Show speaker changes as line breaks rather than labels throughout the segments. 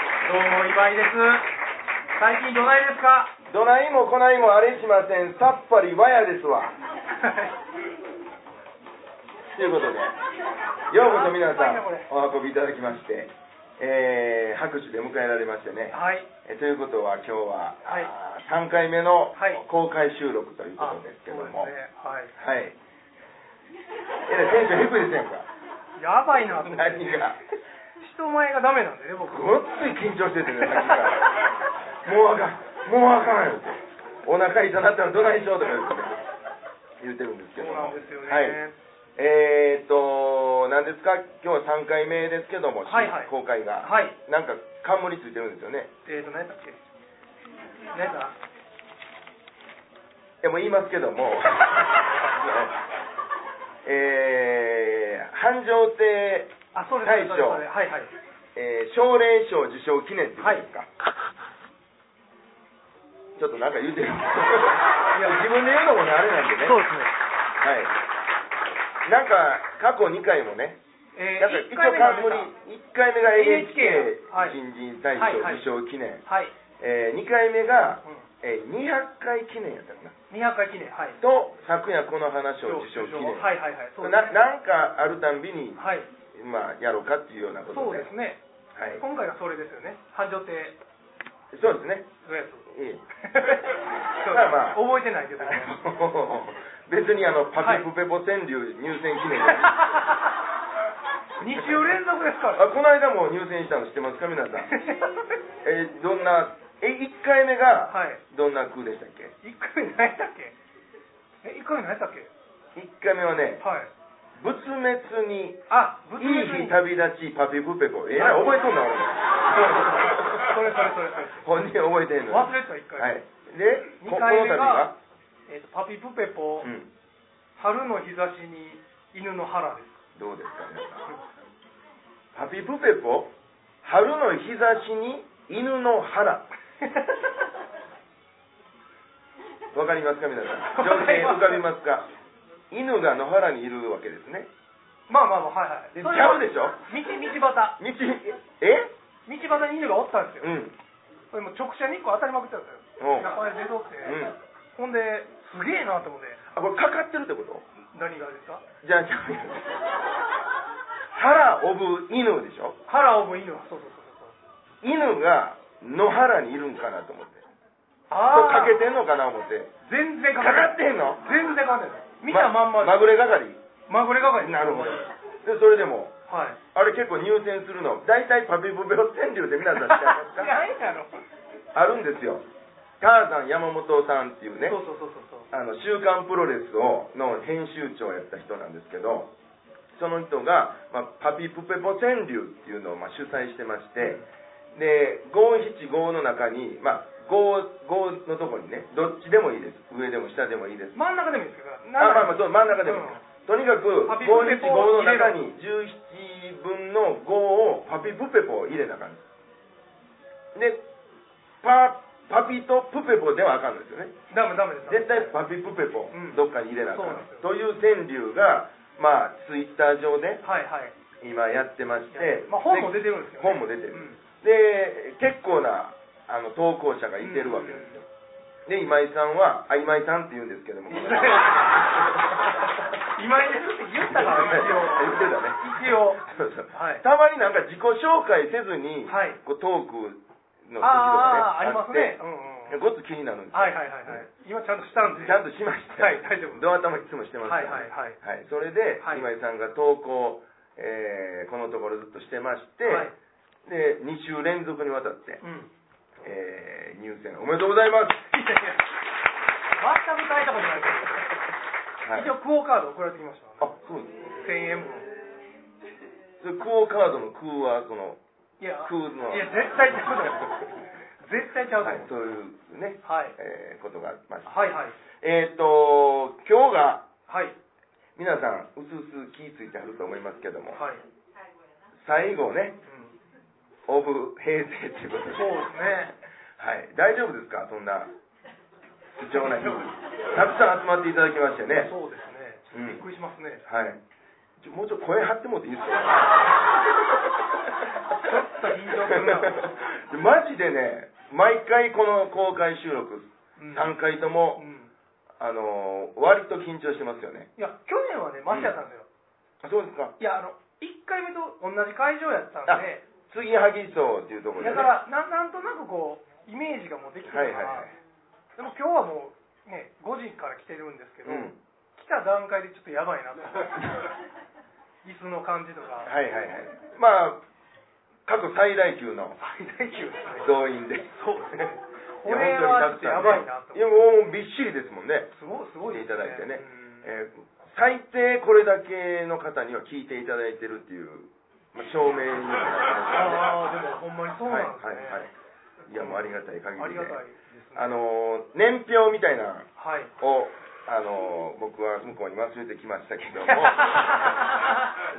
ないです。最近どないですか
どないもこないもあれしませんさっぱりわやですわということでようこそ皆さんお運びいただきまして、えー拍手で迎えられましてね
はい。
えということは今日は、
はい
あー3回目の
はい
公開収録というこ
あ
とですけど
そう
も、
ですね。はい。
はいえらいテンション低いですやんか
やばいなと思って。
何が
人前がダメなんでね、僕。
ごっつい緊張しててねさっきからもうあかんもうあかんよってお腹痛なったらどないしようとか言って言ってるんです
そ
け
う
ど
な
も
んですよね。
はいえー、っと何ですか今日は3回目ですけども、
はいはい
公開が、
はい。
なんか冠ついてるんですよね
えっ、ー、と、何だっけ何だ
いやもう言いますけどもえー、繁盛亭、
あ、そうです、
大
そ
将
うです。はいはい。
えー、奨励賞受賞記念っていうんですか、ちょっとなんか言うてるいや自分で言うのもねあれなんでね
そうですね。
はいなんか過去2回もね
え
なんか
ー、
一
1
応
回目が出
冠1回
た
目が NHK
NHK はい
新人大賞受賞記念、
はい。
え2回目が、
うん
えー200回記念やったかな
200回記念。はい。
と昨夜この話を受賞記念、
はいはいはい。そうです
な
ね。
なんかあるたんびに、
はい。
まあ、やろうかっていうようなこと
そう
で
ですね。
はい、
今回がそれですよね。繁盛亭
そうですね
のやつ。
ええ
そう
まあまあ
覚えてないけどね。
別にあのパチプペポ川柳入選記 念、
2週連続ですか
あ
ら。
この間も入選したの知ってますか皆さん
は
えどんなえ1回目が
い。
どんな句でしたっけ
一回目何やったっけえ、一回目何やったっけ
1回目はね
はい。
「仏滅にいい
あ、ぶ
日
それ
旅立ちパピプペポ」えらい覚えとんな
それ
俺
それそれ。
本人覚えてんの
忘れてた、一回目。
はいで
二
ここの
回
度
目
が
が、えっと、パピプペポ
う、ん
春の日差しに犬の腹です。
どうですか皆さんパピプペポ春の日差しに犬の腹わかりますか皆さ ん情景浮かびますか犬が野原にいるわけですね
まあまあまあ、はいはい。
でち
それ
ゃ
は
うでしょ
道、道端。
道え
道端に犬がおったんです
う
よ。
ん
それもう直射日光当たりまくってたんですよ。
おう
中で出とって。
うん
ほんで、すげえなと思って。
あこれかかってるってこと
何がですか
じゃあじゃあ腹をぶ犬でしょ
腹をも犬は。そうそうそうそう。
犬が野原にいるんかなと思って
あ
かけてんのかな思って
全然
か
か
か
か
っ
ってて
んの
ない全然かかってない見たまんまで
まぐれ係
まぐれかかり
なるほどでそれでも
はい
あれ結構入選するの大体パピプペポ川柳で皆さん知らないですか
何やろ
あるんですよターザン山本さんっていうね
そうそうそうそう
あの週刊プロレスをの編集長をやった人なんですけどその人が、まあ、パピプペポ川柳っていうのを、まあ、主催してましてで575の中に、まあ、55のとこにねどっちでもいいです上でも下でもいいです
真ん中でもいいですけど
あまあまあそう真ん中でもいいです、とにかく
パピプペポ
575の
を入れろ
中に17分の5をパピプペポを入れなあかんですでパパピとプペポではあかんのですよね
ダメダメです
絶対パピプペポ、
うん
どっかに入れなあかん
そ
という川柳がまあツイッター上で
はいはい
今やってまして、
まあ本も出てるんですよね
本も出てる
うん
で結構なあの投稿者がいてるわけですよ、で今井さんはあ今井さんって言うんですけども
今井ですって言ったから一応
言ってたね
一応
そうそう
はい
たまになんか自己紹介せずに、
はい
こうトークの時と
あ
か
ああ
ね
りますねうんうんう
ご
ん
っつ気になるんですよ
はいはいはいはい今ちゃんとしたんで
ちゃんとしました
はい大丈夫
ドア頭いつもしてます
は
か
い
ら、
はいは
はい、
い
それで、
はい
今井さんが投稿、えーこのところずっとしてまして、
はい
で2週連続にわたって、
うん
えー入選おめでとうございます、
いやいや全く大したことないです
はい、
一応クオカード送られてきまし
あ
た
そうです
1000円分
それクオ・カードのクーはその
いや
クーの
いや絶対ちゃうだろ絶対ちゃうだ
はい
ろ、
そういうね、
はい
えーことがありました
はいはい
えっ、と今日が
はい
皆さんうすうす気ぃついてあると思いますけども、
はい、
最後ね
うん
オブ平成ということで
そうですね
はい、大丈夫ですかそんな貴重な日にたくさん集まっていただきましてね
そうですね、
うん
びっくりしますね
はいちょもうちょっと声張ってもらっていいですか
ょっと緊張するな
マジでね毎回この公開収録
うん
3回とも、
うん
あのー割と緊張してますよね
いや去年はねマシやったんで
あ
すよ、
そうですか
いやあの1回目と同じ会場やったん
あ
で
次萩荘っていうところで、ね、
だからななんとなくこうイメージがもうできて
はい
る
はいは
から、
い
でも今日はもうね5時から来てるんですけ
う
ど、
ん
来た段階でちょっとやばい なと思って椅子の感じとか、
はいはいはいまあ過去最大級の
最大級ですね
動員で
そうですねこ
い
れ
や
は
本当にたく
ちょ
さん
っとやばいなと
いや
思って
もうびっしりですもんね
すごいすごいですね
いただいてね
うん
えー最低これだけの方には聞いていただいてるっていう、まあ、証明にな
ああ
りますね
でもほんまにそうなんですね、
はいはいはい、いやもうありがたい限りで
ありがたいですね
あのー年表みたいなの
はい
をあのー僕は向こうに忘れてきましたけども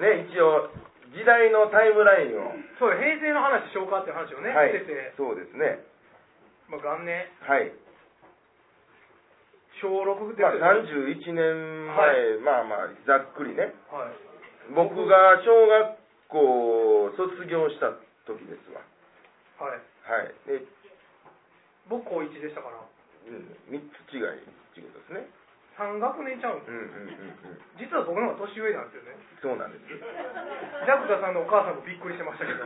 ね一応時代のタイムラインを、
そう平成の話しようかって話をね、
はい
してて、
そうですね
まあ、元年
はい、
小6です
まあ、
よね
31年前、
は
まあまあざっくりね
はい
僕が小学校を卒業した時ですわ
はい
はいで、
僕高1でしたから
うん、3つ違いっていうことですね
3学年ちゃうん
うんうんうんうん
実は僕の方が年上なんですよね
そうなんです
ジャクタさんのお母さんもびっくりしてました けど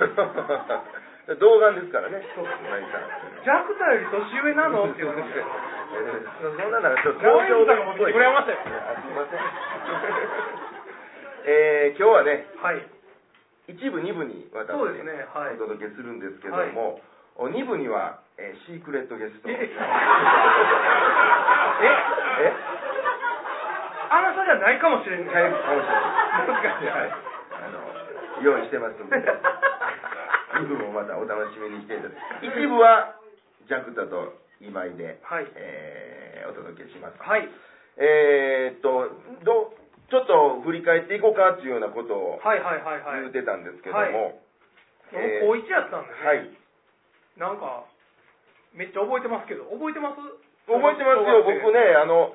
童顔です からね
そう
今井さん
ジャクタより年上なのって言われましたよ
えーそんな中ちょっと
ナオミさんが持ってきてくれましたよ
あすいません えー今日はね
はい
一部二部にわたって
そうですねはい
お届けするんですけども、お二部には、えーシークレットゲスト
ええ
え
あなたじゃないかもしれんね
はいかもしれ ない
もしかして
はいあの用意してますんで二部もまたお楽しみにしていただき一部はジャクタと今井で、
はい
えーお届けします
はい
えーっとどちょっと振り返っていこうかっていうようなことを
はいはいはいはい
言うてたんですけども、
はい
えー
僕高1やったんでね、
はい
なんかめっちゃ覚えてますけど覚えてます
覚えてますよ、僕
ね
ね、あの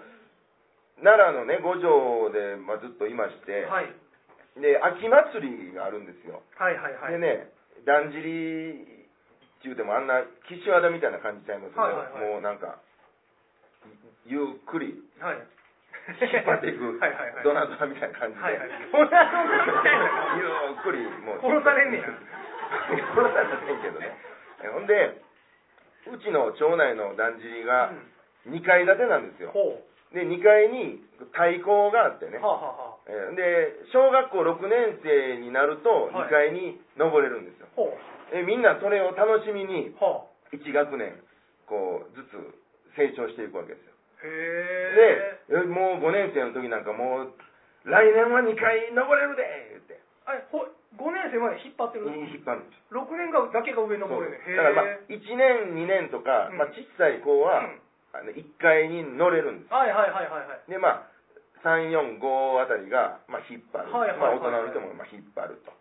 奈良のね、五条で、まあ、ずっといまして、
はい
で秋祭りがあるんですよ、
はいはいはい
でね、だんじりっていうても、あんな岸和田みたいな感じちゃいますけど、
はいはいはい
もうなんか、ゆゆっく り
はい
引っ張っていく、
はいはいはい
ドナドナみたいな感じで、
はいはいドナドナみたいな
ゆっくり、もう、
殺されんねや
殺されませんけどね、えほんで、うちの町内のだんじりが
うん
2階建てなんですよ。
ほう
で2階に太鼓があってね、
はあはあはあ
えーで小学校6年生になると
はい
2階に登れるんですよ、
ほう
えみんなそれを楽しみに
はあ
1学年こうずつ成長していくわけですよ
へえ
でえもう5年生の時なんかもう来年は2階登れるで言って
あれほ5年生まで引っ張ってる
引っ張るんです
6年間だけが上に
そう
登れるね
だからまあ
へえ
1年2年とか、
うん
まあ、小さい子は、
うん
あの1階に乗れるんです
はいはいはいはいはい
でまあ345あたりが、まあ、引っ張る、
はいはいはいはい
まあ、大人の人もまあ引っ張ると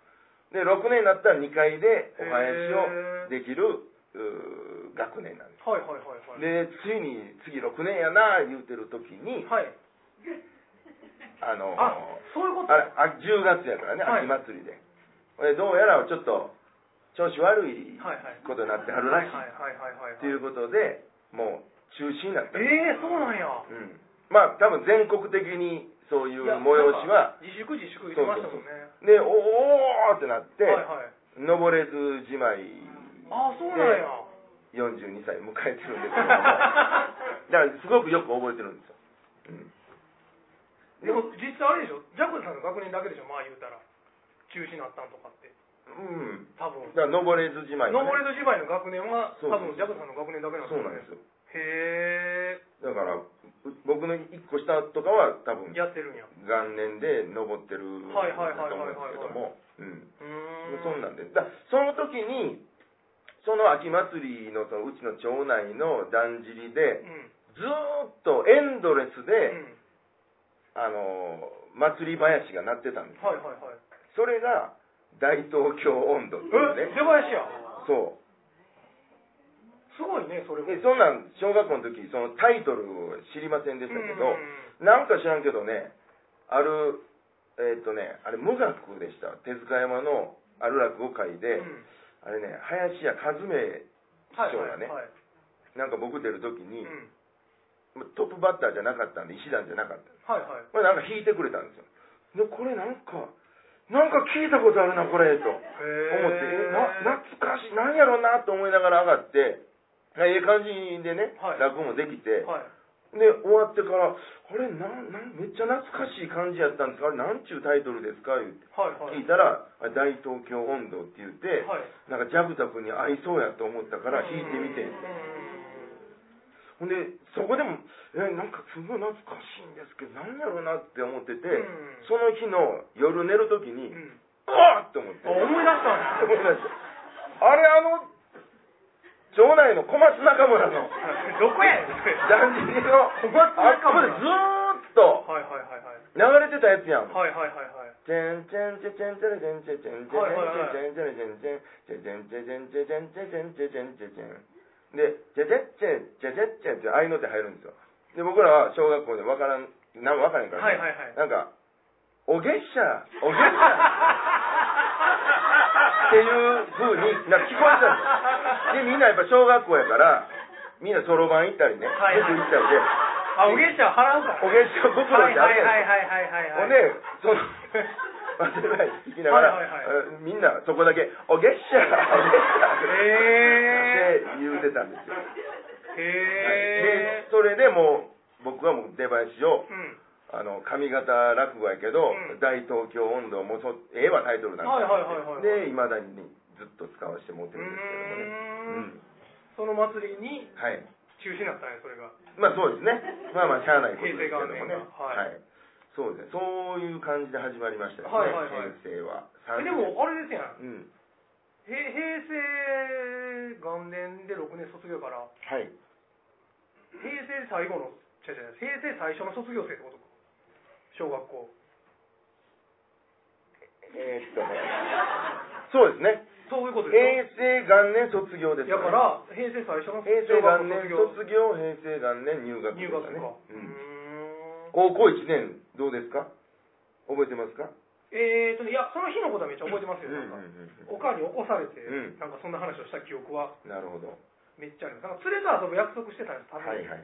で6年になったら2階でお囃子をできるうー学年なんで
はいはいはい
す
はい
でついに次6年やな言うてる時に
はい
あの
あそういうこと
あれあ10月やからね
はい
秋祭りで、でどうやらちょっと調子悪い
はいはい
ことになってはるらしい
はいはいはいはいはい
ということでもう中止になった、
ええそうなんや
うん、まあ多分全国的にそういう催しは
自粛自粛言ってましたもんね
でおおーってなって、
はいはい
登れずじまい
ああそうなんや
42歳迎えてるんですけども だからすごくよく覚えてるんですよ、うん
でも実際あれでしょジャクさんの学年だけでしょまあ言うたら中止になったんとかって
うん、
多分
だから登れずじまい、
登れず芝居の学年は
そう
多分ジャクさんの学年だけなんです
そう
よ
なん
ね
ですよ
へ
だからう僕の1個下とかは多分
えやってるんやう
元年で登ってるんだ
はいはいはい
と思う
はい
んですけどもうん
ーん
そんなんでだその時にその秋祭りのそのうちの町内のだんじり
う
で
ん
ずーっとエンドレスで、
うん
あの祭り囃子が鳴ってたんです
はいはいはい
それが大東京音頭っていう
え
ね
出囃子や
そ
すごいねそれ
う
も
でそんなん小学校の時そのタイトルを知りませんでしたけ
う
ど
ん
なんか知らんけどねあるえーっ、とねあれ無学でした手塚山のある落語会で、
うん
あれね林家和明
はい
市長
は
が
い
ね
はい
なんか僕出る時
う
に、
ん
トップバッターじゃなかったんで石段じゃなかった
はいはい
これなんか弾いてくれたんですよでこれなんかなんか聞いたことあるなこれと思ってえな懐かしいなんやろなと思いながら上がってええ感じでね、
はい
落語もできて、
はい
で終わってから「これなんなんめっちゃ懐かしい感じやったんですかあれなんちゅうタイトルですか?」言って
はいは
聞い
い
たら「あ大東京温度」って言って、
はい
なんかジャグザクに合いそうやと思ったから弾いてみて
うん
ほんでそこでも「えなんかすごい懐かしいんですけどなんやろうな」って思ってて、
うん
その日の夜寝る時に「
うん
あっ!」って思って
あ思い出したね
思い出したあれあの町内の小松中村の
どこやねん
ダンディの
小松
あっ
中
こ
村
でずーっと
はいはいはいはい
流れてたやつやん。
はいはいはいはい
チェンチェンチェチェンチェレチェンチェチェンチェレチェンチェチェンチェチェンチェチェンチェチェンチェチェンチェチェンチェチェンチェチェンで、チェチェッチェチェチェッチェってああいうのって入るんですよ。で、僕らは小学校でわからん、なんわからんから、
はいはいはい
なんか、お月謝、お月謝っていう風になんか聞こえてたんですよ。で、みんなやっぱ小学校やから、みんなそろばん行ったりね、
はい
塾行ったりで、
あお月謝払うから
お月謝袋ってあるやん
はいはいはいはいはい
ほんで、そ
はい
の、忘れない聞きながら、
はいはいは
えーみんなそこだけ、おげっしゃー、おげっしゃーって
へ
言うてたんですよ。
へ
はいで
え
それでもう、僕はもう出囃子を、
うん
あの、上方落語やけど、
うん
大東京温度もそ、ええわタイトルなん
はいはいはいはい
ですよで、いまだにずっと使わせてもらって
うー
るんですけどもね。うん
ん。その祭りに
はい。
中止になったねそれが
まあそうですね。まあまあ、しゃあないことですけどもね。
平
いそうで
成元年がはい
すね。そういう感じで始まりましたよね。
はいはいはい
平成は。
えでもあれですやん
30、うん。
へ平成元年で6年卒業から
はい。
平成最後の違う違う平成最初の卒業生ってことか小学校
えーっと ね、そうですね、
そういうことですよ
平成元年卒業です、ね、
だから平成最初の
平成
小
元年
学校卒業
卒業、平成元年入学で
入
すね
学かうー
うん、高
ん
校1年、どうですか、覚えてますか、
えーとねいやその日のことはめっちゃ覚えてます
う
よ
んう
なん
んうん
かお母に起こされて
うん
なんかそんな話をした記憶は
なるほど、は
めっちゃありますなんか連れと遊ぶ約束してたんです多分
いはい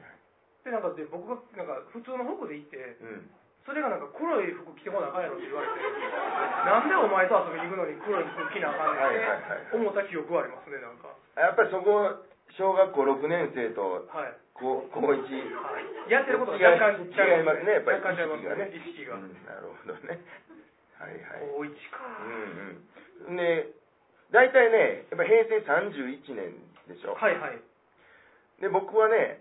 はい、
でなんかで僕がなんか普通の服で行って
うん、
それがなんか黒い服着てこなあかんやろって言 われてなんでお前と遊びに行くのに黒い服着なあかんね
はいはいはい
んって思った記憶はありますねなんか
やっぱりそこ、小学校6年生と
はい、
高高1、
はい、やってることが
違い
若干
違いますね、やっぱり
若干違いますね
意
意識
識
が
がね、うん、なるほどね、はいはい。
高一か
うんうん、で大体ねやっぱ平成31年でしょ、
はいはい
で僕はね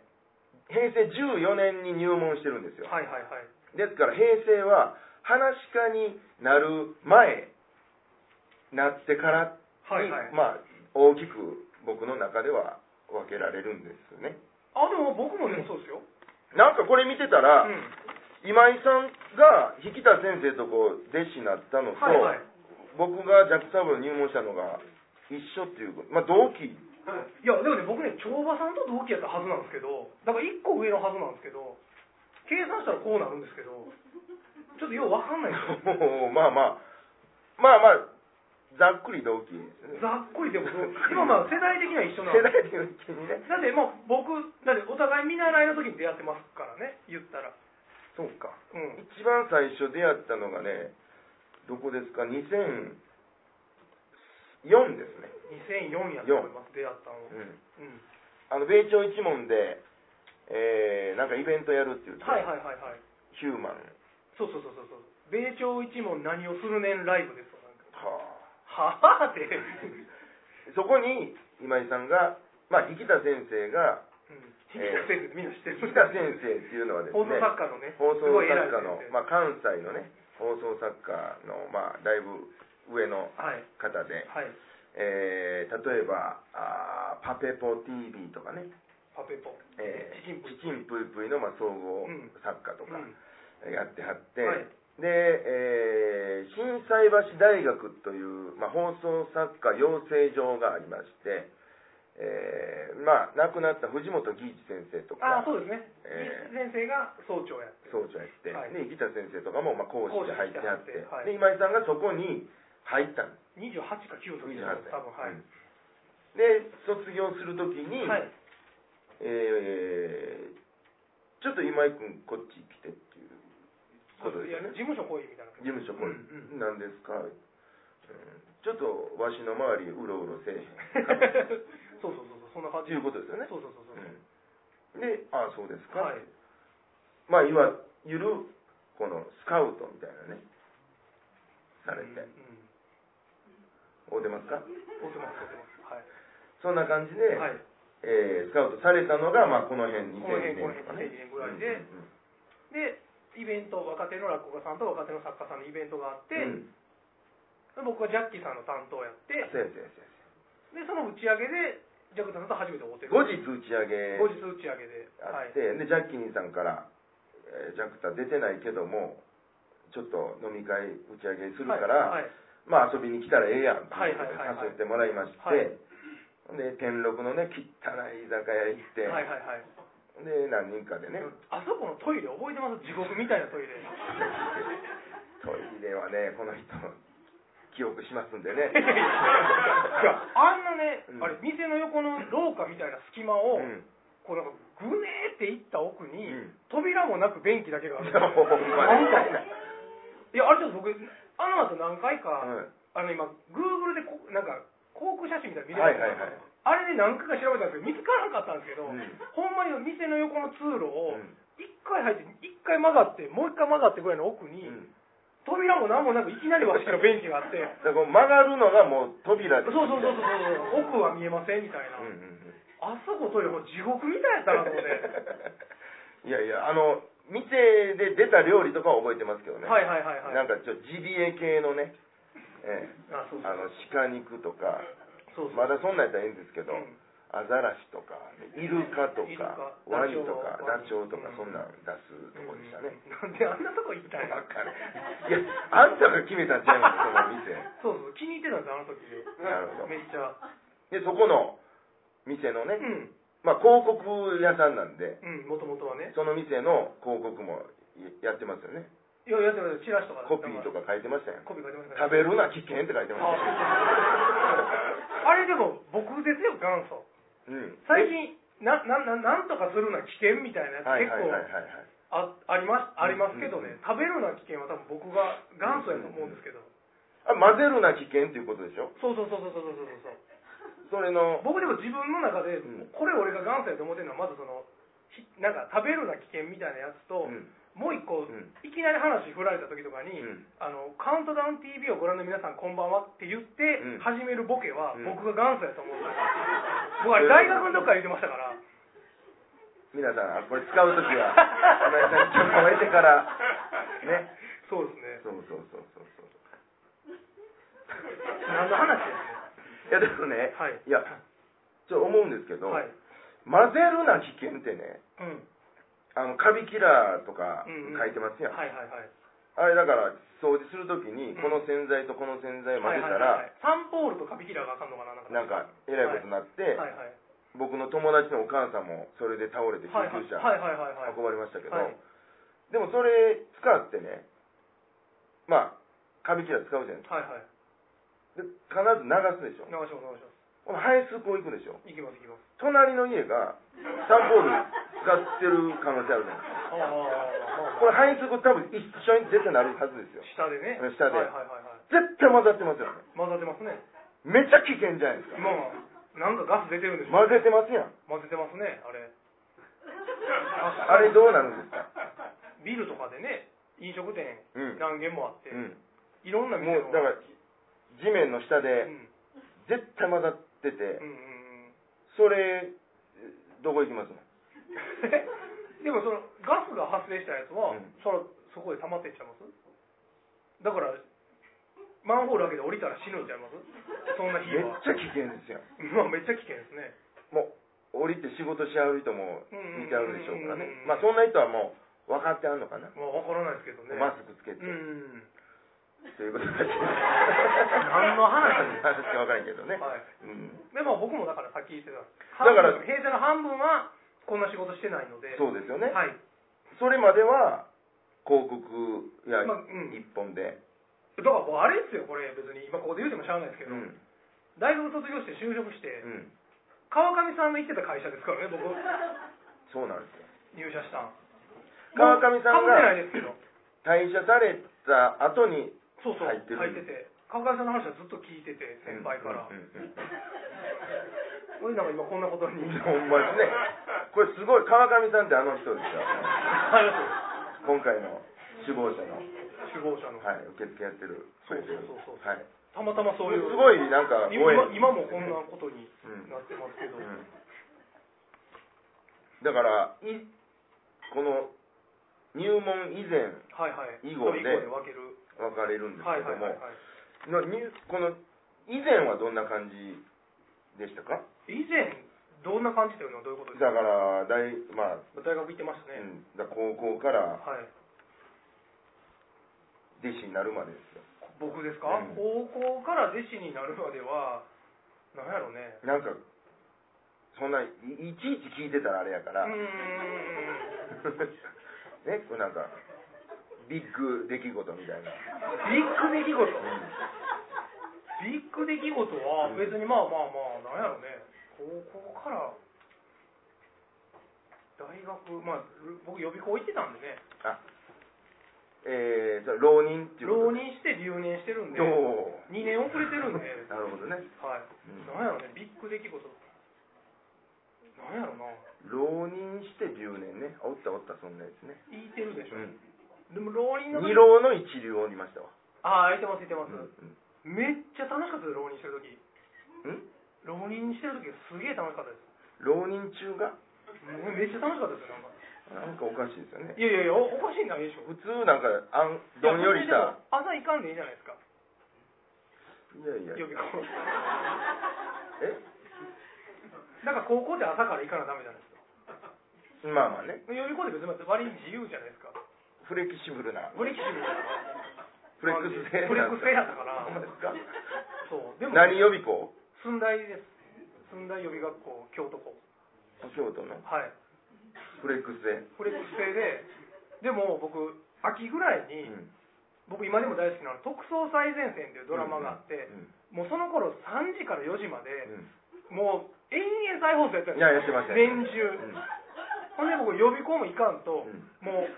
平成14年に入門してるんですよ
はいはいはい
ですから平成は話し家になる前なってから
はい
に、
はい、
まあ大きく僕の中では分けられるんですよね
あでも僕もねそうですよ、
なんかこれ見てたら、
うん、
今井さんが引田先生とこう弟子になったのと、
はいはい
僕がジャック・サブローに入門したのが一緒っていうまあ同期
いやでもね僕ね長馬さんと同期やったはずなんですけどだから1個上のはずなんですけど計算したらこうなるんですけどちょっとようわかんないんですよ
も うまあまあまあまあざっくり同期ですね
ざっくりでも今まあ世代的には一緒な
世
んで
代的にね
だってもう僕だってお互い見習いの時に出会ってますからね言ったら
そうか
うん
一番最初出会ったのがねどこですか2004ですね、
2004やと思います出会ったの
うん、
うん
あの米朝一門でえー、なんかイベントやるっていうて、
はいはいはいはい
ヒューマン
そうそうそうそうそう米朝一門何をするねんライブですよなんか
はあ
は ぁって、うん、
そこに今井さんが、まあ、引田先生が、
引田先生みんな知ってる
引田先生っていうのはですね、
放送作家のね
放送作家の
すごい偉い先、生
まあ、関西のね、放送作家の、まあ、だいぶ上の
はい
方で、
はい
えー例えばあー、パペポ TV とかね、
パペポ
えー
チキンプイ
チキンプイプイの、まあ、総合
うん
作家とか
うん
やってはって、
はい
で、えー心斎橋大学という、まあ、放送作家養成所がありまして、えーまあ、亡くなった藤本義一先生と
ああ
か、
そうですね、
えー
先生が総長やって
総長やって、
はい
で生田先生とかも、まあ、講師で入ってあって、
講師
で
で
今井さんがそこに入ったんで
28か9
す、
の時
藤
です
原さん
多分はい、
うんで卒業するときに、
はい
えーちょっと今井君、こっち来てっていう
そう
ことです
いや
よね
事。務所来いみたいな
事務所これ、
うんうん
なんですか、うんちょっとわしの周りうろうろせえへん
そうそうそうそうそんな感
と
じ
いうことですよね、
そうそうそうそう、
うんでああそうですか、
はい
まあいわゆるこのスカウトみたいなねされ
うん
て
うん
会うてますか
追ってます追ってますはい
そんな感じで、
はい
えースカウトされたのが、まあ、この辺
この辺
2002年とかね
この辺2002年ぐらいででイベント若手の落語家さんと若手の作家さんのイベントがあって、
うんうんうん
僕はジャッキーさんの担当やって
そうやそうやそうや
でその打ち上げでジャッキーさんと初めて会うてる
後日打ち上げ
後日打ち上げで
あ
は
っ
い
て、でジャッキーさんから、えージャクタ出てないけどもちょっと飲み会打ち上げするから、
はいはい
まあ遊びに来たらええやんって
はいはいはいはい
誘ってもらいまして、
はい
で天禄のね汚い居酒屋行って、
はいはいはい
で何人かでね、
あそこのトイレ覚えてます地獄みたいなトイレ
トイレはねこの人記憶しますんでね
いやあんなね、
うん
あれ店の横の廊下みたいな隙間を、
うん
こうなんかぐねーって行った奥に、
うん
扉もなく便器だけがあ
い
る
や ほんまに
なんかいやあれちょっと僕あの後何回か、
うん
あの今グーグルでこなんか航空写真みた
はい
いなの見れる
はい
ん
はい
ですよあれで何回か調べたんですけど見つからなかったんですけど、
うん
ほんまに店の横の通路を
うん
一回入って一回曲がってもう一回曲がってぐらいの奥に、
うん
扉も何もなくいきなりわしのベンチがあって
だからこう曲がるのがもう扉
そう
です
そうそうそうそう奥は見えませんみたいな、
うんうんうん
あそこトイレもう地獄みたいやったなと思 って
いやいやあの店で出た料理とかは覚えてますけどね、
はいはいはいはい
なんかちょっとジビエ系のね、ええ
あそうそう
あの鹿肉とか
そうそう
まだそんなんやったらいいんですけど、
うん
アザラシとかイルカと
イル
か
カ
ワニとかダ
ダ
チ
チ
ョウ
ョウ
とか
うん
そんなん出すとこでしたね、
なんであんなとこ行ったんや
なんかねいやあんたが決めたんちゃいますその店
そうそう気に入ってたんですあの時
なるほど
めっちゃ
でそこの店の
う
ね、
ん
まあ広告屋さんなんで
うんもともとはね
その店の広告もやってますよね
いややってますチラシとか
コピーと
か
か書いてましたよ
コピー書いてましたね
食べるな危険って書いてまし
ああれでも僕ですよ元祖
たうん
最近ななななんとかするな危険みたいなやつ
はい
結
はいはいはい
構
はい
あありますありますけど
うんうん
ね食べるな危険は多分僕が元祖やと思うんですけど
あ混ぜるな危険っていうことでしょ
そうそうそうそうそうそうそう
それの
僕でも自分の中で
うん
これ俺が元祖やと思ってるのはまずそのひなんか食べるな危険みたいなやつと、
うん
もう一個、
うん
いきなり話振られた時とかに、
うん
あのカウントダウン TV をご覧の皆さんこんばんはって言って
うん
始めるボケは
うん
僕が元祖やと思うんですよ、 僕あれ大学の時から言ってましたから
皆さんあこれ使う時はお前さん許可を得てから ね
そうですね
そうそうそうそうそう
何の話です
いやでもね、
はい
やちょっと思うんですけど、
ねはい
混ぜるな危険ってね
うん
あのカビキラーとか
うんうん
書いてますやん、
はいはいはい
あれだから掃除するときにこの洗剤とこの洗剤混ぜた
はいはいはいは
ら
いサンポールとカビキラーがあかんのかななんか
なんかえらいことになって、
はいはい
僕の友達のお母さんもそれで倒れて救
はいはい
急車
はいはいはいはい
運ばれましたけど、
はい
でもそれ使ってねまあ紙切れ使うじゃないです
はいはい
かで必ず流すでしょ
流します流します
この排水口行くでしょ
行きます行きます
隣の家がサンボール使ってる可能性あるじゃないですか
ああああ
これ排水口多分一緒に絶対なるはずですよ
下でね
下で
はいはいはいはい
絶対混ざってますよね
混ざってますね
めっちゃ危険じゃないですか
まあなんかガス出てるんでしょ
混ぜてますやん
混ぜてますねあれ
あれどうなるんですか
ビルとかでね飲食店
うん
何軒もあって、
うん
いろんな
も
店
うだから地面の下
う
で
ん
絶対混ざってて、
うんうん うん
それどこ行きますの
でもそのガスが発生したやつは、
うん
そのそこで溜まってっちゃいますだからマンホール開けて降りたら死ぬんちゃいますそんな
めっ
火は
ちゃ危険ですよ
まあめっちゃ危険ですね
もう降りて仕事しちゃう人も見てあるでしょうからね
うんうんうんうん
まあそんな人はもう分かってあるのかな、
まあわからないですけどね
マスクつけて、
うん
ということらしいです
何の話
何の 話か分からんけどね、
はい
うん、
でまあ僕もだからさっき言ってた
だから
半分平成の半分はこんな仕事してないので
そうですよね、
はい
それまでは広告や
まあうん
一本で、
だからもうあれですよこれ別に今ここで言うてもしゃあないですけ
う
ど、
ん
大学卒業して就職して、
うん、
川上さんの行ってた会社ですからね 僕
そうなんですよ
入社したん
川上さん
もう
が
被ってないですけど
退社された後に
そうそう
入
入
っ
ってて
る
て川上さんの話はずっと聞いてて先輩から
うんうんうん
「俺なんか今こんなことに」
ほんまですねこれすごい川上さんってあの人ですよ
ありがと
今回の首謀者の、
う 首謀者の、
はい、受付やってる
そうそうそうそう
はい、
たまたまそういう
すごいなんかご縁
今今もこんなことに
うん
なってますけど、
うんだからいこの入門以前
はいはい
以後で
以降に分ける
分かれるんです
は
け
いは
ど
い
も、
はい、はい
の入この以前はどんな感じでしたか
以前どんな感じというのはどういうこと
だ
です
か
から
大まあ、
大学行ってました
う
ね、
ん、だ高校から
はい
弟子になるまでですよ
僕ですか、
うん
高校から弟子になるまではなんやろうね
なんかそんないいいちいち聞いてたらあれやか
う
ら、
ー
ね
ん
これなんかビッグ出来事みたいな
ビッグ出来事ビッグ出来事は別にまあまあまあなんやろうね高校から大学まあ僕予備校行ってたんでね
えー、それ浪人っていうこと
浪人して留年してるんで2
おー
年遅れてるんで
なるほどね、
はいなんやろねビッグ出来事なんやろな
浪人して留年ねあおったおったそんなやつね、
言いてるでしょ、
うん
でも浪人の
二
時
浪の一流を見ましたわ、
ああいてますいてま
う
す、
んうん
めっちゃ楽しかったです浪人してる時
ん
浪人してる時すげえ楽しかったです
浪人中が
もうめっちゃ楽しかったですよなんか
なんかおかしいですよね
いやいやいやおおかしいんだでしょ
普通なんかあんどんよりした
朝行かんでいいじゃないですか
いやいや
予備校
え
だから高校って朝から行かなダメじゃないですか
まあまあね
予備校って別に割に自由じゃないですか
フレキシブルな
ブレキシブルだから
フレックス制
フレックス制やったか
な
ら
んですか
そうでも
何予備校
寸大です寸大予備学校京都校
京都の
はい
フレックス制
フレックス制ででも僕秋ぐらいに、
うん
僕今でも大好きなの「特捜最前線」っていうドラマがあって、
うん
もうその頃3時から4時まで、
う
もう延々再放送やってたん
んい
です
ややってましたね
年中、
うん
ほんで僕予備校も行かん
う
と、
ん
も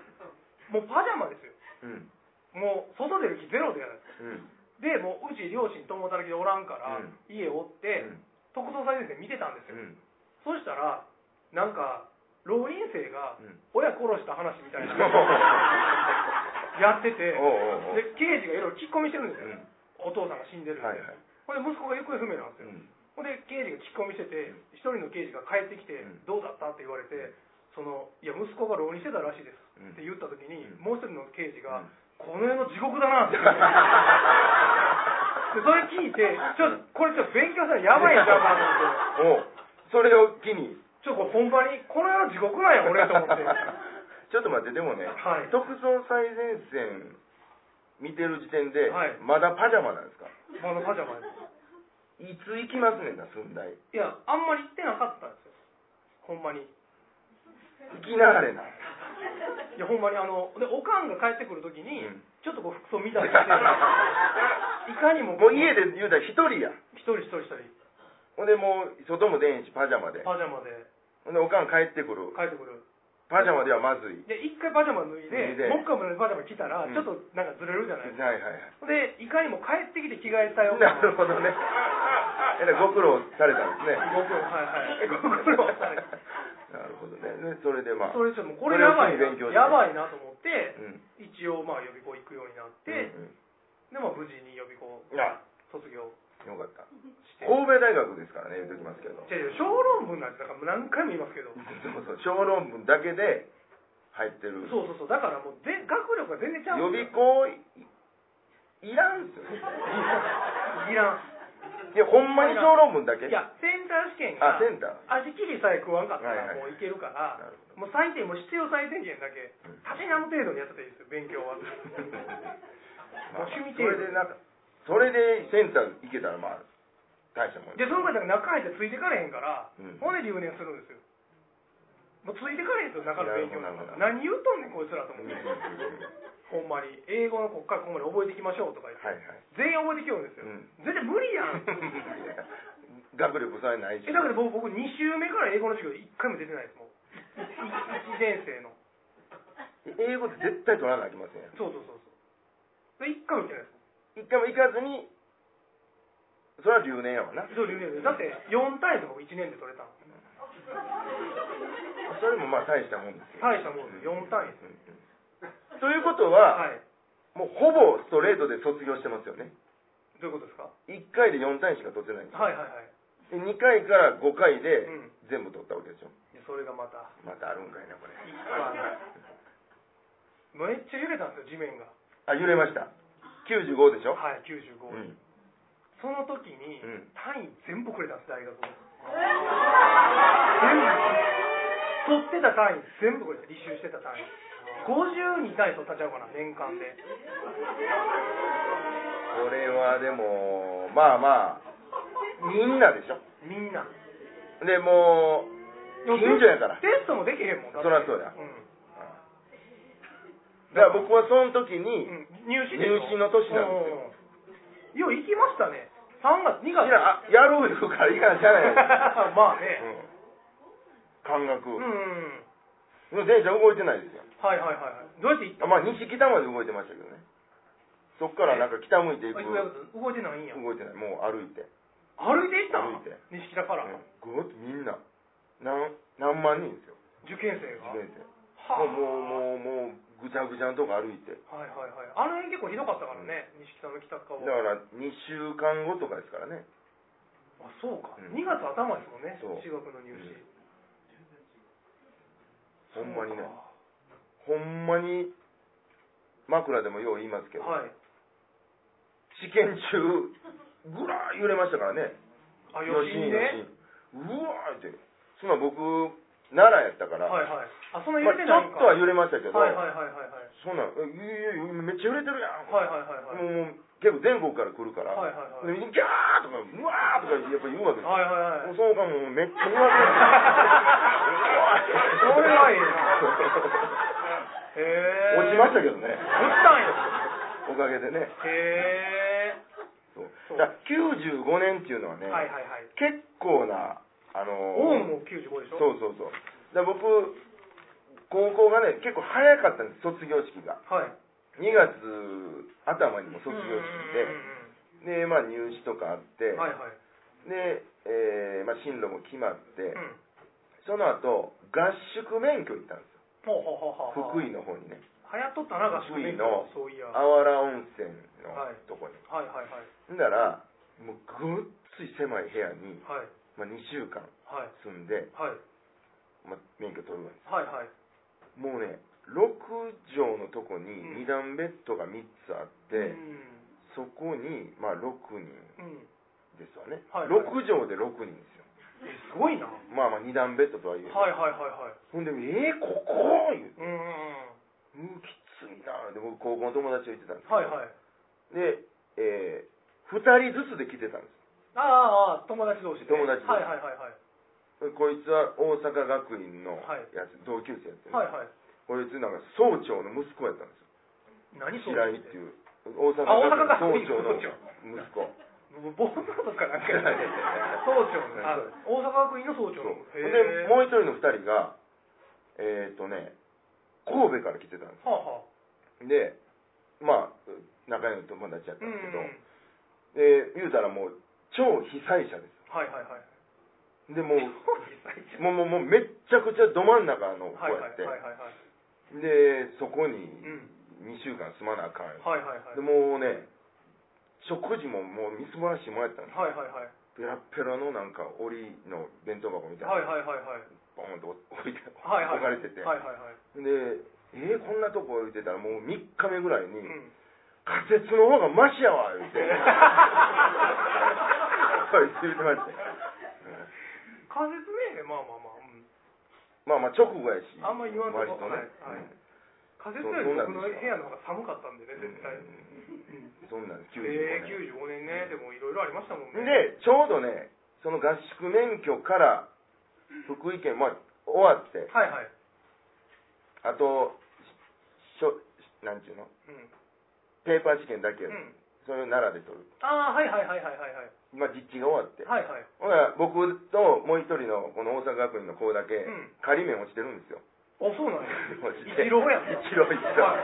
うもうパジャマですよ
うん
もう外出る気ゼロでやる
うん
でもううち両親共働きでおらんから、
うん
家おっ
う
て、
ん
特捜最前線見てたんです
う
よ、
ん
そしたらなんか浪人生が
うん
親殺した話みた いな
お
やってて
おうおう
で刑事がいろいろ聞き込みしてるんです
う
よ、
ん
お父さんが死んでるんで、
はいはい
ほんで息子が行方不明なんです
う
よ、
ん
ほんで刑事が聞き込みしてて一人の刑事が帰ってきて
うん
「どうだった?」って言われて「そのいや息子が浪人してたらしいです」
うん
って言った時に
うん
もう一人の刑事
う
が
ん
「この世の地獄 だな」って言ってでそれ聞いてちょっとこれちょっと勉強したらやばいんちゃうかなと思って。
おうそれを機に
ち ょっとこれほんまにこの世の地獄なんや俺と思っては
ちょっと待ってでもね
はい
特捜最前線見てる時点で、
はい
まだパジャマなんですか
いまああのパジャマです
いつ行きますねんな寸大
いやあんまり行ってなかったんですよほんまに
行きながれない
やほんまにあのでおかんが帰ってくるときに、
うん
ちょっとこう 服装見たりしていかにも
もう家で言うたら一人や
一人一人一人
ほんでもう外も出んしパジャマで
パジャマで
ほんでおかん帰ってくる
帰ってくる
パジャマではまずい
で一回パジャマ脱いで
脱いで
もう一回もパジャマ着たら、
うん
ちょっとなんかずれるじゃな
はいい
ですか
はい
でいかにも帰ってきて着替えたよ
はい なるほどねえらいご苦労されたんですね
ご苦労はい はいご苦労された
なるほどねねそれでまあ
それちょっともうこれやばい
そ
な
れを機に勉強して
やばいなと思って
うん
一応まあ予備校行くようになって、
うん
でまあ無事に予備校
うん、あ
卒業
よかった
して
神戸大学ですからね言うときますけど
じゃ小論文なんてだから何回も言いますけど
そうそう小論文だけで入ってる
そうそうそうだからもうぜ学力が全然ちゃ
予
うん
備
ですよ
校いいらんっす よ
いらん
いやほん まに小論文だけ
いやセンター試験
あ
が
センター
味切りさえ食わんかった
はいは
ら
い
もういけるから、
なるほ
もう最低もう必要最低限だけ
うん
たしなむ程度にやってたらいいですよ勉強は
どまあ
趣味
そ
程
れ
度
でなんかそれでセンター行けたらまあ大したもん
でその方が中入ってついてかれへんから、
うん
ほんで留年するんですよもうついてかれへんですよ中の勉強
なるほどなる
何言うとんねんこいつらと思って、ほんまに英語のこっからここまで覚えていきましょうとか言って、
はいはい
全員覚えてきよるんですよ、
うん
全然無理やん
学力さえないし
えだから僕僕2週目から英語の授業1回も出てないですもん1年生の
英語って絶対取らなきゃいけませんやん
そうそうそうそう1回も出てない
一
です
回も行かずにそれは留年やわな
そう留年生だって4単位とか1年で取れたの
それもまあ大したもんですよ
大したもんですよ4単位ですよ
ということは、
はい
もうほぼストレートで卒業してますよね
どういうことですか
1回で4単位しか取ってないんですよ
はいはいはい
で2回から5回で
うん
全部取ったわけでしょ
いやそれがまた
またあるんかいなこれ
一回めっちゃ揺れたんですよ地面が
あ揺れました95でしょ、
はい95、
うん
その時に、
うん
単位全部くれたんです大学の 全部取ってた単位全部くれた履修してた単位52単位取ったんちゃうかな年間で
これはでもまあまあみんなでしょ
みんな
でもう近所やから
テストもできへんもんだって
そらそうや
ん
だから僕はその時に、
うん入試でしょ
入試の年なんですよ
うんよう行きましたね3月2
い
月
やあやろういうからいかなしゃあない
まあね
うん、感覚、
うん、うん、
電車動いてないですよ
はいはいはいはいどうやって行った
あまあ西北まで動いてましたけどねそっからなんか北向いていく
あ行くや
動
つ動いてないんや
いてないもう歩いて、
歩いて行った
歩い
ん
て
西北から、
うんぐーっとみんななん何万人ですよ
受験生が
自転車
はあ
もうもうもうもうぐちゃぐちゃのとこ歩いて
はいはいはいあの辺結構ひどかったからね、西北の北
だ
側
か
は
ら2週間後とかですからね
あそうか、
うん
2月頭ですもんね
そう
中学の入試、
ほんまにね
そう
ほんまに枕でもよう言いますけど、
かはい
試験中ぐらー揺れましたからね
あ余震ね
余震うわーってそんな僕奈良やったから、
はいはいあそんな
まあ
揺
ち
れて
ょ
ないん
っ
か、
とは揺れましたけど、
はいはいはいはいはい
そんなんえいやいやめっちゃ揺れてるやん、
はいはいはいは
も
い
う結構全国から来るから、
はいはいは
で
い
ギャーとかうわーとかやっぱ言うわけですよ、
はいはいはい
もうそうかもうめっちゃ言われる
それはいいなへえ
落ちましたけどね
落ちたんや
おかげでね
へ
そう
そう
だから95年っていうのは
え、
ね、
はいはいはい
結構なあの
オウムも95でしょ
そうそうそうだから僕高校がね結構早かったんです卒業式が
はい
2月頭にも卒業
うん
式ででまあ入試とかあって、
うんうんうんはいはい
で、えーまあ、進路も決まって、
うん
その後合宿免許行ったんです
ほうほうほう
よ
ほう
福井の方にね
流行っとったな合宿免許
福井の
そういや
芦
は
原
い
温泉の
はい
とこに、
はいはい
んだらもうごっつい狭い部屋に、
はい
まあ、2週間
はい
住んで、
はい
まあ、免許取るわけで
はいはい
すもうね6畳のとこに2段ベッドが3つあって、
うん
そこに、まあ、6人
うん
ですわね、
はい
6畳で6人ですよ
えすごいなはい
まあまあ2段ベッドとはいえ、
はいはいはい
ほんで「えー、ここ!」言うて
う
「
んうんうん
うんきついな」で僕高校の友達と言ってたんですけど
はいはい
で、えー、2人ずつで来てたんで
ああああ友達同士で
友達同士
はいはいはいはい
すこいつは大阪学院の
はい
やつ、同級生やってる、
はいはい
こいつなんか総長の息子やったんですよ
何そ
白井っていう大阪
あ大阪
学
学
院
院
総長の
の
息子
ボードとかなんかやない総長のあ大阪学院の総
そ
長
う
の
で
へえ
もう一人の2人がえっ、ー、とね神戸から来てたんで
はあはあ
すでまあ仲良い友達やった
うんん
ですけ
うん
ど、
うん
で言うたらもう超被災者で
はいはいはい
すでもう
そう実際じゃん
もうもうもうめっちゃくちゃど真ん中のこ
はいうは
や
い
って、
はいはいはい
でそこに
うん
2週間住まなあかん、
はいはいはい
でもうね食事ももうみすぼらしいもんやったんです
はいはいはい
ペラッペラのなんか檻の弁当箱みたい
はい
なの
はいはいはい
ボーンと置いて、
はいはい
置かれてて、
はいはいはい
でえー、こんなとこ置いてたらもう3日目ぐらいに、
うん
仮説の方がマシやわ 言うてそう言ってましたようん
仮説ねまあまあまあ、うん、
まあまあ直後やし
あんま言わんとこ
割とね、
はい
う
はい
ん
風邪より僕の部屋の方が寒かったんでね、絶対。うん
そんなんです95
え
年、
ー、95年ね、でもいろいろありましたもんね。
でちょうどねその合宿免許から福井県まあ終わって
はいはい。
あとしょなんちゅうの
うん。
ペーパー試験だけ
う
やる、
ん、
それを奈良で取る
ああ、はいはいはいはいはいはい。
まあ実地が終わって、
はいはい。
ほら僕ともう一人のこの大阪学院の子だけ、
ん
仮面落ちてるんですよ
あ、そうなんや。
落ち
一
て
郎やん。
一郎一郎
は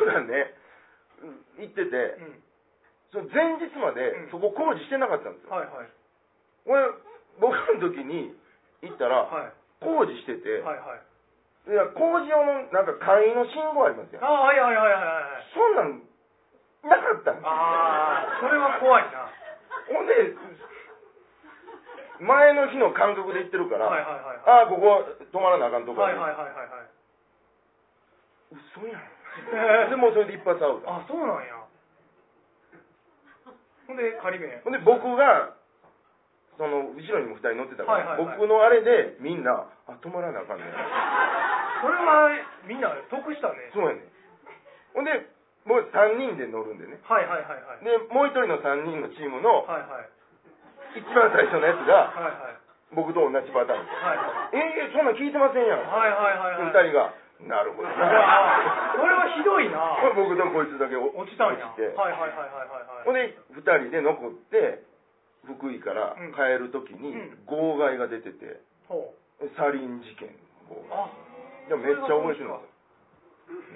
そうだねうん行って
い。
て
うん。
その前日まで
うん
そこ工事してなかったんですよ、
はいはい。
俺僕の時に行ったら
はい。
工事してて、
はいはい。
いや工事用のなんか簡易の信号ありますよ
ああ、はいはいはいはいはい。
そんなんなかったんですよ
ああ、それは怖いな。
ほんで前の日の感覚で行ってるから、
はいは
ああ
いはいはい。
ここ止まらなあかんとこ
は
や
い
ね、
はいはいはいはい。
嘘やん
えー
でもうそれで一発アウト
あ、そうなんや。ほんで、仮面。
ほんで僕がその後ろにも二人乗ってたから、
はいはいはい
僕のあれでみんなあ止まらなあかんね
それは、みんな得したね。
そうやねほんでもう3人で乗るんでね
はいはいはいはい。
でもう一人の3人のチームの
はいはい。
一番最初のやつ
は
が
いはい。
僕と同じパターンです
はいはい。
えー、そんなん聞いてませんやん
はいはいはいはい。
二人が「なるほど
うわ
な」
それはひどいな
これ 僕とこいつだけお
落ちたんや。は
落
い
ちて
はいはいはいはい
ほん
はい。
で2人で残って福井から帰るときに
うん
号外が出てて
ほう。
サリン事件の号外
あ、
でもめっちゃ覚えてるんですよ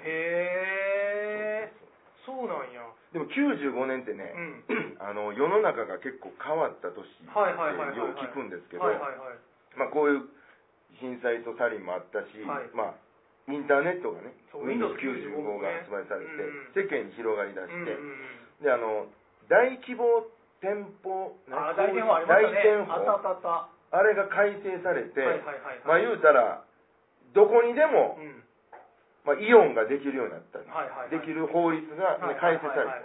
へえ。そうなんや。
でも95年って
う
ね、
ん。
あの世の中が結構変わった年って
はいはいはいはいはい。
よう聞くんですけど、
はいはいはい。
まあ、こういう震災とサリンもあったし、
はい
まあ、インターネットがね
そう
Windows95 が発売されて、世間に広がりだして、
うんうんうん。
であの大規模店舗
あ、
なんか
大変法ありましたね。
大店舗
あったあったあっ
あれが改正されて、
た。はいはいはい
まあ
はい。
言うたらどこにでも、
うん。
まあ、イオンができるようになったり、
はいはいはい。
できる法律がね、
はいはい
改
はいは
正
いはい。
さ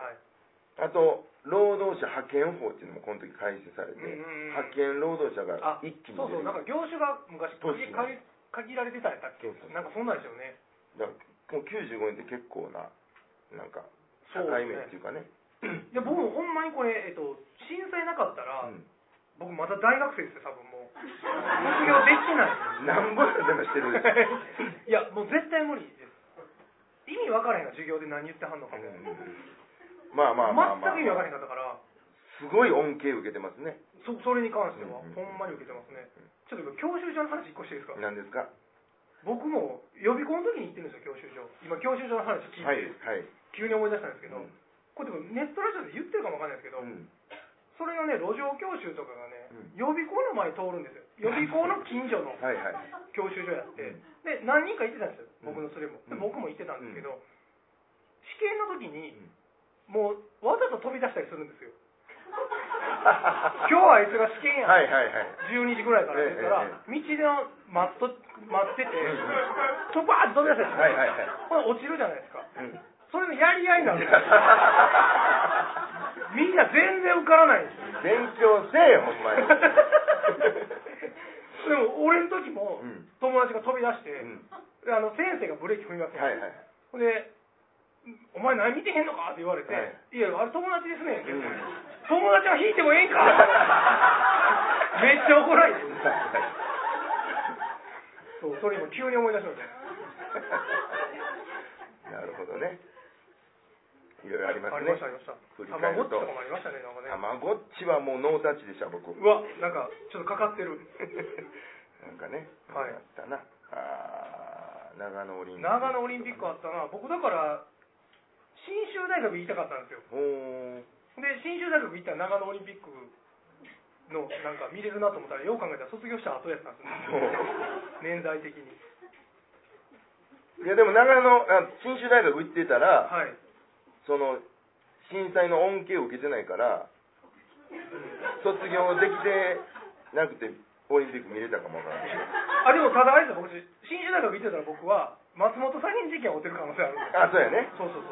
れて、あと労働者派遣法っていうのもこの時改正されて、
うんうんうん
派遣労働者が
あ
一気に
そうそう、なんか業種が昔
そう
限限限られてたやったっけ
そうそう
なんかそんなんですよね。
だからこの95年って結構ななんか
そ
境
う
目っ
ですね。
ていうかね
いや、僕もほんまにこれ、えっと、震災なかったら、僕まだ大学生ですよ多分もう卒業できない
うん、なんぼやでもしてるでしょ
いやもう絶対無理です意味分からへんが授業で何言ってはんのかも、
うんまあまあまあまあ、
全く意味分からへんかったから
すごい恩恵受けてますね
そそれに関しては、
うん
ほんまに受けてますねちょっと今教習所の話1個していいですか
何ですか
僕も予備校の時に行ってるんですよ教習所今教習所の話聞
は
いて、
いはい
急に思い出したんですけど、
うん
これでもネットラジオで言ってるかもわかんないですけど、
うん
それがね路上教習とかがね、
うん
予備校の前通る んですよ予備校の近所の
はいはい
教習所やって、
うん
で何人か行ってたんですよ
うん
僕のそれも、で
うん
僕も行ってたんですけど、試験の時に
うん
もうわざと飛び出したりするんですよ今日はあいつが試験や、
はいはいはい
12時ぐらいからって言ったら、
え
道で待っと待ってて、
ん
ちょばーって飛び出した
はいはい
り
はい
これ落ちるじゃないですか
うん
それのやり合いになるん ですよみんな全然受からないんですよ
勉強せえよほ んま に
でも俺の時も
うん
友達が飛び出して、
うん
であの先生がブレーキ踏みますよ、
はい はい
ほんで、お前何見てへんのかって言われて、、
はい
や、あれ友達ですねんって、
うん
友達は引いてもええんか めっちゃ怒られてそう、それ今急に思い出しました。
なるほどねいろいろあります
あり
ね
ました、ありました。
振り
た
返
まごっ
ると
ちとかもありましたね、なんか
た
ね。
まごっちはもうノータッチでした僕
うわ、なんかちょっとかかってる。
なんかね、
はい
あったなあー長野オリンピック
長野オリンピックあったな、僕だから、信州大学行きたかったんですよ。
ほー
で、信州大学行ったら長野オリンピックのなんか見れるなと思ったら、よう考えたら卒業した後やったんですね、年代的に。
いやでも長野あ信州大学行ってたら
はい。
その震災の恩恵を受けてない から卒業できてなくてオリンピック見れたかもわからない
あでもただあれですよ僕新種大学見てたら僕は松本サリン事件を追ってる可能性あるんですよ
あそうやね
そうそう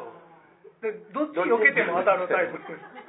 そうでどっち避けても当たるタイプ
どっち